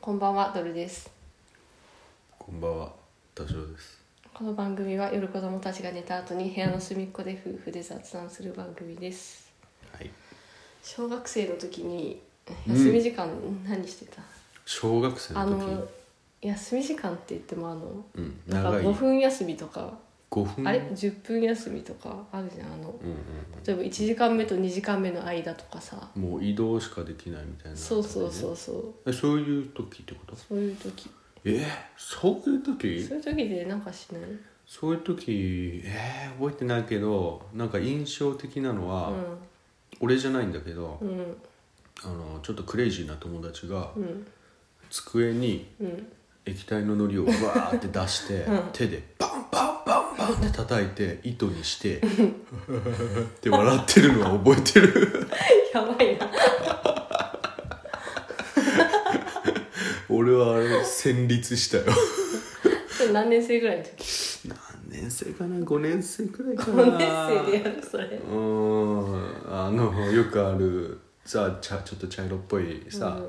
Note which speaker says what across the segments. Speaker 1: こんばんはドルです
Speaker 2: こんばんは、多少です。
Speaker 1: この番組は夜子供たちが寝た後に部屋の隅っこで夫婦で雑談する番組です
Speaker 2: はい。
Speaker 1: 小学生の時に
Speaker 2: うん
Speaker 1: 休み時間何してた、
Speaker 2: 小学生
Speaker 1: あ
Speaker 2: の時。
Speaker 1: の休み時間って言ってもあの
Speaker 2: うん、
Speaker 1: なんか
Speaker 2: 長い。
Speaker 1: 5分休みとか、
Speaker 2: 五分。
Speaker 1: あれ
Speaker 2: うん
Speaker 1: 10分休みとかあるじゃんあの
Speaker 2: うん
Speaker 1: 例えば1時間目と2時間目の間とかさ
Speaker 2: うん。もう移動しかできないみたいな、
Speaker 1: そうそうそう
Speaker 2: う。
Speaker 1: そう
Speaker 2: え、そういう時ってこと。
Speaker 1: そういう時
Speaker 2: えそういう時
Speaker 1: そう。いう時でなんかしない
Speaker 2: そういう時、えー、覚えてないけど、なんか印象的なのは、俺じゃないんだけど。
Speaker 1: うんうん
Speaker 2: あの、ちょっとクレイジーな友達が、
Speaker 1: うん
Speaker 2: 机に。
Speaker 1: うん
Speaker 2: 液体の糊をわーって出して、
Speaker 1: うん
Speaker 2: 手でバンバンバンバンって叩いて糸にして「って笑ってるのは覚えて る
Speaker 1: やば いな
Speaker 2: 俺はあれ戦慄したよ
Speaker 1: それ何年生ぐらいの時
Speaker 2: 何年生かな5年生くらいかな
Speaker 1: 5年生でやるそれ
Speaker 2: うーんあのよくあるさちゃちょっと茶色っぽいさ、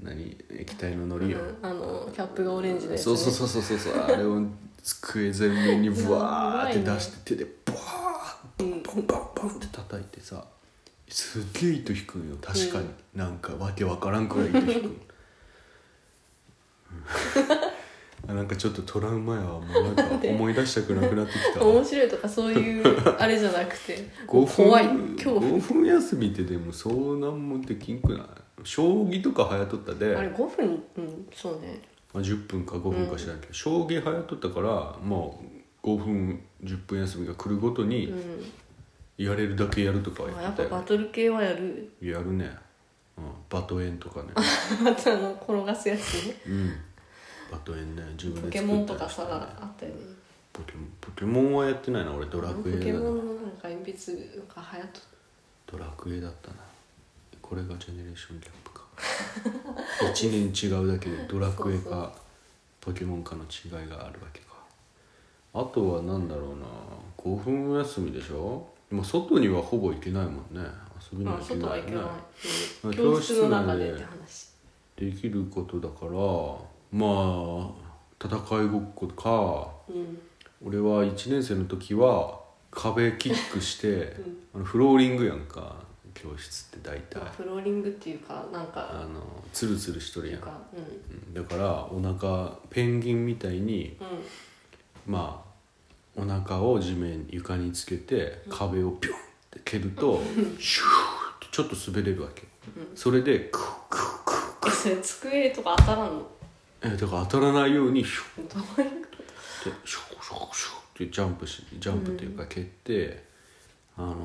Speaker 2: 何液体の
Speaker 1: うん
Speaker 2: 糊を、
Speaker 1: うんあのキャップがオレンジのやつ、
Speaker 2: そうそうそうそうそうそうあれを机全面にブワーって出して手でバーッバンバンバンバンって叩いてさすっげえ糸引くんよ確かに、なんかわけわからんくらい糸引くんあなんか ちょっとトラウマやわもうなんか思い出したくなくなってき たわ
Speaker 1: 面白いとかそういうあれじゃなくて
Speaker 2: 5分
Speaker 1: 怖い恐怖
Speaker 2: 5分休みってでもそうなんもできんくない将棋とか流行っとったで
Speaker 1: あれ5分うんそうね
Speaker 2: まあ、10分か5分か知らんけど、将棋流行っとったからもう5分10分休みが来るごと
Speaker 1: う
Speaker 2: に
Speaker 1: ん
Speaker 2: やれるだけやるとかは
Speaker 1: あ
Speaker 2: や
Speaker 1: や
Speaker 2: っ
Speaker 1: ってぱ
Speaker 2: た
Speaker 1: バ
Speaker 2: よ、
Speaker 1: トル系はやる
Speaker 2: やるね、うん、バトエンとかね、
Speaker 1: あとあの転がすやつね
Speaker 2: うん、バトエンね自
Speaker 1: ポ
Speaker 2: 分で作ったりして
Speaker 1: ケ
Speaker 2: ね
Speaker 1: モンとかさあったよね
Speaker 2: ポケモンポケモンはやってないな俺ドラ
Speaker 1: ポ
Speaker 2: ク
Speaker 1: ケ
Speaker 2: エだ
Speaker 1: モ
Speaker 2: な
Speaker 1: ンのなんか鉛筆なんか流行っとっ
Speaker 2: ドラクエだったなこれがジェネレーションギャップか1年違うだけでドラクエ
Speaker 1: そうそ
Speaker 2: かポケモンかの違いがあるわけかあとは何だろうな5分休みでしょもう外にはほぼ行けないもんね遊び
Speaker 1: た
Speaker 2: に
Speaker 1: ま
Speaker 2: は
Speaker 1: あ
Speaker 2: 行
Speaker 1: 外は行けない、うん、
Speaker 2: けないよね
Speaker 1: 教
Speaker 2: 教
Speaker 1: 室の
Speaker 2: 室
Speaker 1: 中
Speaker 2: 内
Speaker 1: で
Speaker 2: で
Speaker 1: って話
Speaker 2: できることだからまあ戦いごっこか
Speaker 1: うん
Speaker 2: 俺は1年生の時は壁キックして、あのフローリングやんか教室って大体
Speaker 1: フローリングっていうかなんか
Speaker 2: あのツルツルしとる
Speaker 1: な
Speaker 2: や
Speaker 1: ん
Speaker 2: ん
Speaker 1: かうん
Speaker 2: うんだからお腹ペンギンみたいに
Speaker 1: うん
Speaker 2: まあお腹を地面床につけて壁をピュンって蹴るとシューってちょっと滑れるわけそれでクックックッ
Speaker 1: えそれ机とか当たらんの
Speaker 2: えだから当たらないようにシュ
Speaker 1: どういうこ
Speaker 2: ーってシューシューシューってジャンプしジャンプというか蹴って、あの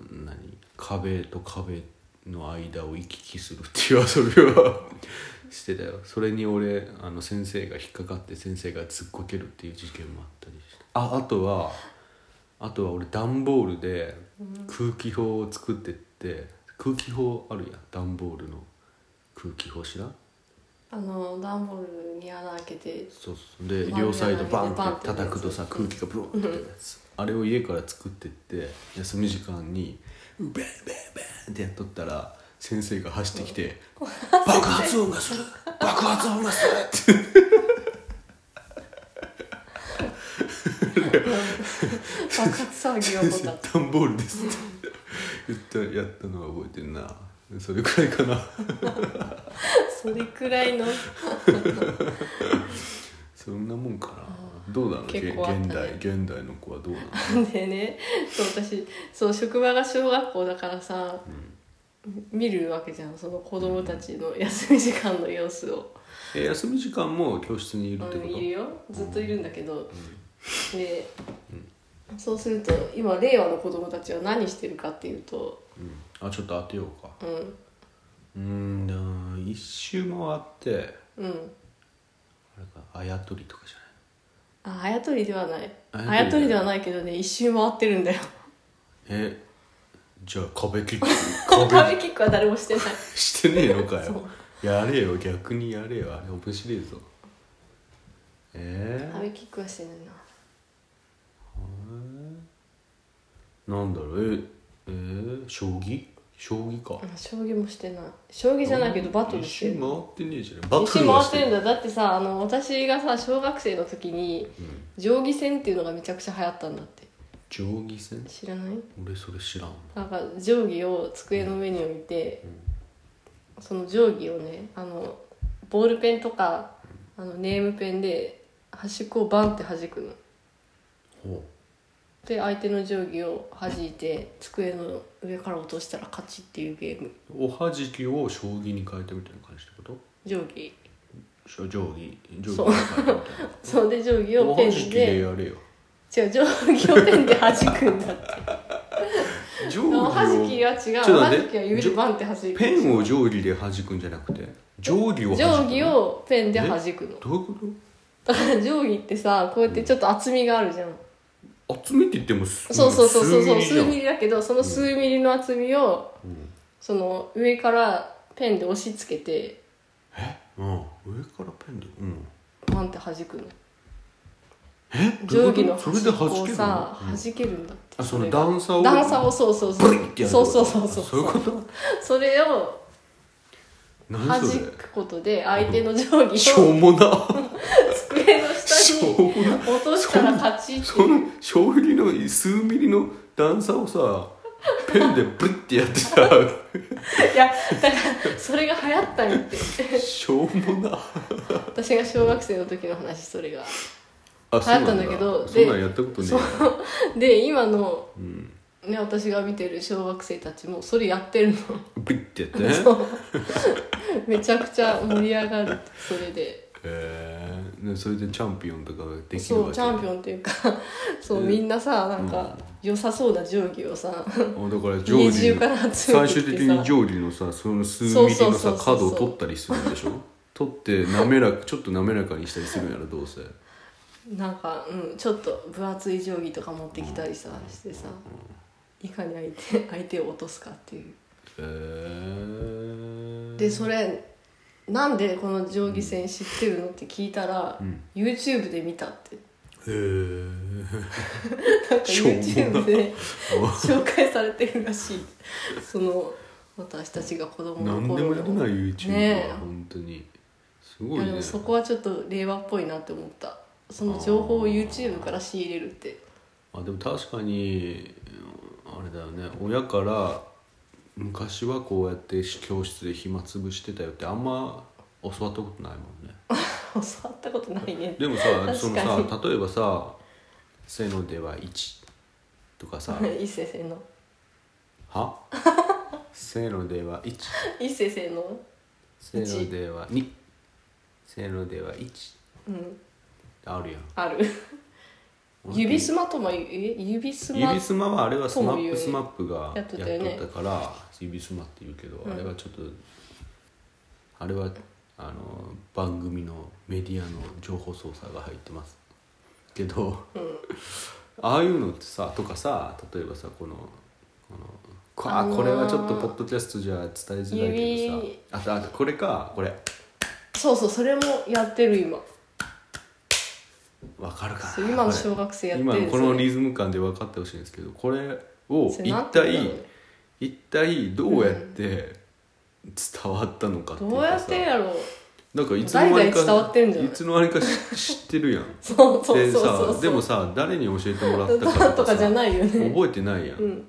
Speaker 2: ー何壁と壁の間を行き来するっていう遊びはしてたよそれに俺あの先生が引っかかって先生が突っこけるっていう事件もあったりしてああとはあとは俺段ボールで空気砲を作ってって空気砲あるやん段ボールの空気砲知らん
Speaker 1: とあの段ボールに穴開けて
Speaker 2: そうそうで
Speaker 1: まあ
Speaker 2: 両サイドバ
Speaker 1: バン
Speaker 2: ン
Speaker 1: っ
Speaker 2: ってて叩くとさ空気がブロンって出るやつあれを家から作ってって休み時間にベンベンベンってやっとったら先生が走ってきて「爆発音がする爆発音がする!」って
Speaker 1: 爆発騒ぎが起こ った
Speaker 2: 「段ボールです」って言ったやったのは覚えてんなそれくらいかな
Speaker 1: それくらいの
Speaker 2: そんなもんかなどうなの、
Speaker 1: 結
Speaker 2: げ
Speaker 1: 構あったね
Speaker 2: 現代現代の子はどうなの
Speaker 1: でねそう私そう職場が小学校だからさ、見るわけじゃんその子供たちの休み時間の様子を、
Speaker 2: え休み時間も教室にいるって
Speaker 1: う
Speaker 2: こ
Speaker 1: ん、
Speaker 2: と
Speaker 1: いるよずっといるんだけど、で、そうすると今令和の子供たちは何してるかっていうと、
Speaker 2: うん、あちょっと当てようか
Speaker 1: うん
Speaker 2: うーんだから一周回って
Speaker 1: うん、
Speaker 2: あれかあやとりとかじ
Speaker 1: ああやとりではない
Speaker 2: あやとり
Speaker 1: あやとりではないけどね一周回ってる んだよ
Speaker 2: ゃないえじゃあ壁 キック
Speaker 1: 壁
Speaker 2: 壁
Speaker 1: キックは誰もしてない
Speaker 2: してねえのか
Speaker 1: そう
Speaker 2: よやれよ逆にやれよあれ面白いぞえ
Speaker 1: 壁キックはしてないな
Speaker 2: ー、なんだろうええー、将棋将棋か
Speaker 1: あ将棋もしてない将棋じゃないけどバトルして
Speaker 2: 一
Speaker 1: る
Speaker 2: 周回ってねえじゃんバ
Speaker 1: 石
Speaker 2: トルは
Speaker 1: 回っ
Speaker 2: して
Speaker 1: て
Speaker 2: る
Speaker 1: るんだだってさあの私がさ小学生の時に
Speaker 2: うん
Speaker 1: 定規戦っていうのがめちゃくちゃ流行ったんだって
Speaker 2: 定規戦
Speaker 1: 知らない
Speaker 2: 俺それ知らん
Speaker 1: なんか定規を机の上に置いて、その定規をねあのボールペンとかあのネームペンで端っこをバンって弾くの
Speaker 2: ほ
Speaker 1: で相手の定規を弾いて机の上から落としたら勝ちっていうゲーム
Speaker 2: うおはじきを将棋に変えたみたいな感じってこと
Speaker 1: 定規
Speaker 2: しょ定規定
Speaker 1: そう
Speaker 2: 規に変えたみたい
Speaker 1: それで定規
Speaker 2: な
Speaker 1: を
Speaker 2: お
Speaker 1: ペ
Speaker 2: は
Speaker 1: ン
Speaker 2: じきで
Speaker 1: で
Speaker 2: やれ
Speaker 1: 違
Speaker 2: よ
Speaker 1: う定規をペンで弾くんだって
Speaker 2: 定
Speaker 1: でもおはじ
Speaker 2: 規
Speaker 1: きは違
Speaker 2: ち
Speaker 1: う
Speaker 2: ょ
Speaker 1: お
Speaker 2: っと
Speaker 1: は
Speaker 2: 待っ
Speaker 1: じ
Speaker 2: て
Speaker 1: きは指バンって弾く
Speaker 2: ペンを定規で弾くんじゃなくて定規を
Speaker 1: 定
Speaker 2: 弾く
Speaker 1: 規をペンで弾くの
Speaker 2: どういうこ
Speaker 1: だから定規ってさこうやってちょっと厚みがあるじゃん、
Speaker 2: と厚みって言ってもす
Speaker 1: そうそうそうそうそう
Speaker 2: 数ミリじ
Speaker 1: 数
Speaker 2: ゃん
Speaker 1: ミリだけどその数ミリの厚みを、
Speaker 2: ん
Speaker 1: その上からペンで押し付けて
Speaker 2: うん、上からペンでうん
Speaker 1: バンって弾くの
Speaker 2: え
Speaker 1: 定規の
Speaker 2: どういうことそれで弾
Speaker 1: 端っこを
Speaker 2: ける
Speaker 1: さ
Speaker 2: の
Speaker 1: 弾けるんだって
Speaker 2: あその
Speaker 1: れが
Speaker 2: 段差を
Speaker 1: 段差をそうそうそう
Speaker 2: ブリッてやるって
Speaker 1: そ
Speaker 2: こ
Speaker 1: う
Speaker 2: と
Speaker 1: そうそうそう
Speaker 2: そういうこと
Speaker 1: それを弾
Speaker 2: 何それ
Speaker 1: くことで相手の定規
Speaker 2: し
Speaker 1: を
Speaker 2: ょうもな
Speaker 1: 机の
Speaker 2: し
Speaker 1: 下
Speaker 2: ょ
Speaker 1: に
Speaker 2: うもな
Speaker 1: 落としたら勝ちって
Speaker 2: そ
Speaker 1: いう
Speaker 2: の将棋の数ミリの段差をさペンでブリッてやって
Speaker 1: い
Speaker 2: さ
Speaker 1: やだからそれが流行ったんやって
Speaker 2: しょうもな
Speaker 1: 私が小学生の時の話それが
Speaker 2: あ
Speaker 1: 流行ったんだけど
Speaker 2: そ
Speaker 1: で
Speaker 2: うなんやったことね
Speaker 1: そうで今の
Speaker 2: え、うん、
Speaker 1: ね、私が見てる小学生たちもそれやってるの
Speaker 2: ブリッて やってね
Speaker 1: めちゃくちゃ盛り上がるそれで
Speaker 2: えー、でそれでチャンピオンとかができる
Speaker 1: そ
Speaker 2: わ
Speaker 1: う
Speaker 2: け
Speaker 1: チャンピオンっていうかそう、
Speaker 2: うん
Speaker 1: みんなさなんか良さそうな定規をさ
Speaker 2: ンだから定
Speaker 1: 家
Speaker 2: 規
Speaker 1: 中
Speaker 2: の
Speaker 1: から集め
Speaker 2: 最
Speaker 1: て
Speaker 2: 終
Speaker 1: き
Speaker 2: 的
Speaker 1: て
Speaker 2: に
Speaker 1: さ
Speaker 2: 定規のさその数ミリの
Speaker 1: そうそうそう
Speaker 2: さ
Speaker 1: そう
Speaker 2: 角を取ったりするんでしょ取って滑らかちょっと滑らかにしたりするんやろどうせ
Speaker 1: なんか、うん、ちょっと分厚い定規とか持ってきたりさしてさいかに相手相手を落とすかっていう
Speaker 2: えー、
Speaker 1: でそれなんでこの定規戦知ってるのって聞いたら、
Speaker 2: うん
Speaker 1: YouTube で見たって
Speaker 2: えー、
Speaker 1: なんか
Speaker 2: しょうもな
Speaker 1: YouTube で紹介されてるらしいその私たちが子供の
Speaker 2: 何で
Speaker 1: 頃
Speaker 2: も
Speaker 1: の
Speaker 2: やるな YouTube は、
Speaker 1: ねえ
Speaker 2: 本当にす
Speaker 1: い
Speaker 2: ごい
Speaker 1: や
Speaker 2: ね
Speaker 1: でもそこはちょっと令和っぽいなって思ったその情報を YouTube から仕入れるって
Speaker 2: あでも確かにうんあれだよね親から昔はこうやって教室で暇つぶしてたよってあんま教わったことないも んね
Speaker 1: 教わったことないね
Speaker 2: でも
Speaker 1: 確か
Speaker 2: さ
Speaker 1: に
Speaker 2: そのさ例えばさ「せのでは1」とかさ
Speaker 1: 一世先の
Speaker 2: 「 はせのでは1」
Speaker 1: 一世先の
Speaker 2: 「せのでは2」「せのでは1」
Speaker 1: うん
Speaker 2: あるやん
Speaker 1: ある指すまともえ指すま
Speaker 2: 指すまはあれはスマップスマップ
Speaker 1: や
Speaker 2: がや
Speaker 1: っ
Speaker 2: っ
Speaker 1: と
Speaker 2: と
Speaker 1: っ
Speaker 2: った
Speaker 1: よね
Speaker 2: たから指すまって言うけど
Speaker 1: ん
Speaker 2: あれはちょっとあれはあの番組のメディアの情報操作が入ってますけどああいうのってさとかさ例えばさこのこのこあ
Speaker 1: あのー
Speaker 2: これはちょっとポッドキャストじゃ伝えづらいけ
Speaker 1: 指
Speaker 2: どさあとあとこれかこれ
Speaker 1: そうそうそれもやってる今
Speaker 2: わかるか
Speaker 1: そう
Speaker 2: な
Speaker 1: 今の
Speaker 2: これ
Speaker 1: 小学生やって
Speaker 2: 今
Speaker 1: る
Speaker 2: のこ
Speaker 1: そ
Speaker 2: の
Speaker 1: れ
Speaker 2: リズム感で分かってほしいんですけどこれを
Speaker 1: それ
Speaker 2: 一
Speaker 1: なんて言うんだ
Speaker 2: 体
Speaker 1: ろうね
Speaker 2: 一体どうやって伝わったのかっていう
Speaker 1: どうや
Speaker 2: か
Speaker 1: っ
Speaker 2: さ
Speaker 1: てやろう
Speaker 2: なんかいつの間に
Speaker 1: 代々伝わっ
Speaker 2: か
Speaker 1: てんじゃない
Speaker 2: いつの間にかし知ってるやん
Speaker 1: そうそう
Speaker 2: で
Speaker 1: そうそう
Speaker 2: さでもさ誰に教えてもらった
Speaker 1: だ
Speaker 2: か
Speaker 1: とか
Speaker 2: とか
Speaker 1: じゃ
Speaker 2: さ
Speaker 1: ないよね
Speaker 2: 覚えてないやん、
Speaker 1: うん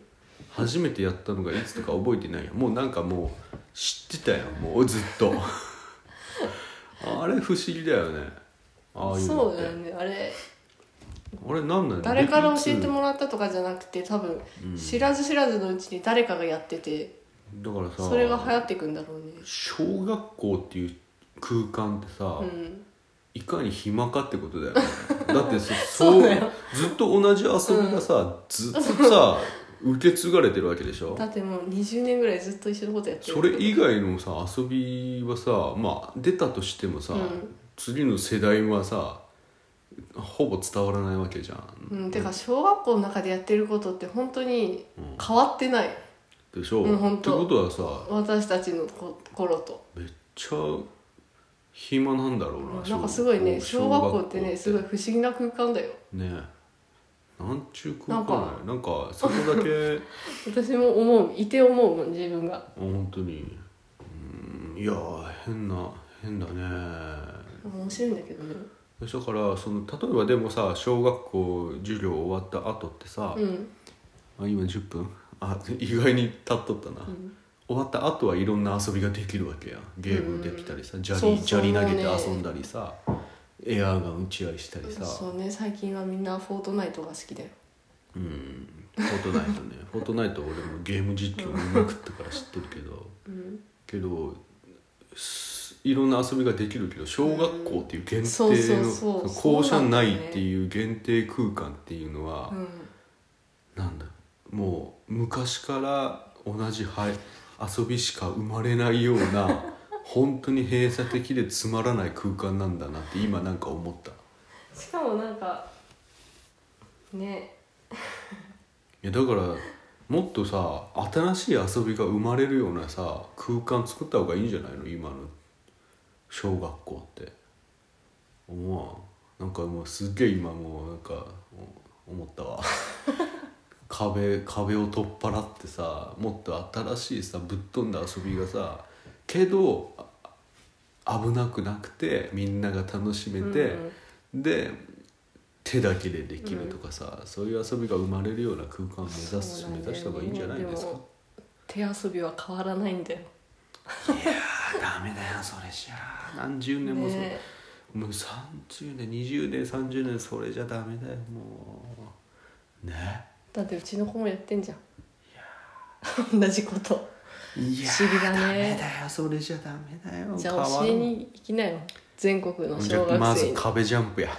Speaker 2: 初めてやったのがいつとか覚えてないやんもうなんかもう知ってたやんもうずっ とあれ不思議だよねああいうの
Speaker 1: そ
Speaker 2: っ
Speaker 1: う
Speaker 2: て
Speaker 1: だよねあれ
Speaker 2: あれなんなの
Speaker 1: 誰から教えて
Speaker 2: ら
Speaker 1: もらったとかじゃなくて多分知らず知らずのうちに誰かがやってて
Speaker 2: だからさ
Speaker 1: それが流行っていくんだろうね
Speaker 2: 小学校っていう空間ってさ、
Speaker 1: うん
Speaker 2: いかに暇かってことだ よねだってそ
Speaker 1: そうだよ
Speaker 2: ずっと同じ遊びがさ、ずっとさ受け継がれてるわけでしょ
Speaker 1: だってもう20年ぐらいずっと一緒のことやってる
Speaker 2: それ以外のさ遊びはさまあ出たとしてもさ、
Speaker 1: うん
Speaker 2: 次の世代はさほぼ伝わらないわけじゃん
Speaker 1: うんてか小学校の中でやってることって本当に変わってない
Speaker 2: でしょ、
Speaker 1: うんほん
Speaker 2: って
Speaker 1: と
Speaker 2: ことはさ
Speaker 1: 私たちのこ頃と
Speaker 2: めっちゃ暇なんだろうな、
Speaker 1: なんかすごいね小学校ってねすごい
Speaker 2: い
Speaker 1: 不思議な空間だよ
Speaker 2: ねなんちゅう空間なんやなんかそこだけ
Speaker 1: 私も思ういて思うもん自分が
Speaker 2: 本当にうんいやー変な変だね
Speaker 1: 面白いんだけどね
Speaker 2: だからその例えばでもさ小学校授業終わった後ってさ、
Speaker 1: うん
Speaker 2: あ今10分あ意外に経っとったな、
Speaker 1: ん
Speaker 2: 終わった後はいろんな遊びができるわけやんゲームできたりさ砂
Speaker 1: そう
Speaker 2: 利
Speaker 1: そう
Speaker 2: 砂利投げて
Speaker 1: もうね
Speaker 2: 遊んだりさエアーガン打ち合いしたりさ
Speaker 1: そうね最近はみんな「フォートナイト」が好きだよ
Speaker 2: うんフォートナイトねフォートナイト俺もゲーム実況見まくってから知ってるけど
Speaker 1: うん
Speaker 2: けどすいろんな遊びができるけど小学校っていう限定の
Speaker 1: そうそうそう
Speaker 2: その校舎
Speaker 1: そう
Speaker 2: 内
Speaker 1: なんだよね
Speaker 2: っていう限定空間っていうのは、
Speaker 1: うん
Speaker 2: なんだもう昔から同じ、はい、遊びしか生まれないような本当に閉鎖的でつまらない空間なんだなって今なんか思ったい
Speaker 1: しかもなんかね
Speaker 2: やだからもっとさ新しい遊びが生まれるようなさ空間作った方がいいんじゃないの今の小学校って思わんなんかもうすっげえ今もうなんかお思った わ壁壁を取っ払ってさもっと新しいさぶっ飛んだ遊びがさけどあ危なくなくてみんなが楽しめて、で手だけでできるとかさ、そういう遊びが生まれるような空間を目指す
Speaker 1: そうな
Speaker 2: 目
Speaker 1: んだよね
Speaker 2: 指した方がいいんじゃないですか
Speaker 1: でも手遊びは変わらないんだよ
Speaker 2: いやーダメだよそれじゃあ何十年もそう、
Speaker 1: ね
Speaker 2: もう30年20年30年それじゃダメだよもうね
Speaker 1: だってうちの子もやってんじゃん 同じこと
Speaker 2: いや
Speaker 1: 不思議だね
Speaker 2: ダメだよそれじゃダメだよ
Speaker 1: じゃ
Speaker 2: 変わ
Speaker 1: あ
Speaker 2: ん
Speaker 1: 教えに行きなよ全国の
Speaker 2: じ
Speaker 1: 小
Speaker 2: ゃあま
Speaker 1: 学生
Speaker 2: ず
Speaker 1: に
Speaker 2: 壁ジャンプや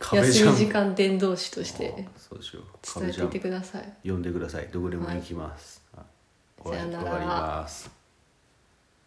Speaker 2: 壁ジ
Speaker 1: 休
Speaker 2: ャ
Speaker 1: み
Speaker 2: ンプ
Speaker 1: 時間伝道師として
Speaker 2: あそうしよう
Speaker 1: 伝
Speaker 2: 壁
Speaker 1: え
Speaker 2: ジ
Speaker 1: て
Speaker 2: ャ
Speaker 1: い
Speaker 2: ン
Speaker 1: て
Speaker 2: プ
Speaker 1: ください
Speaker 2: 呼んでくださいどこでも行きます、はい、
Speaker 1: さよなら
Speaker 2: 終わります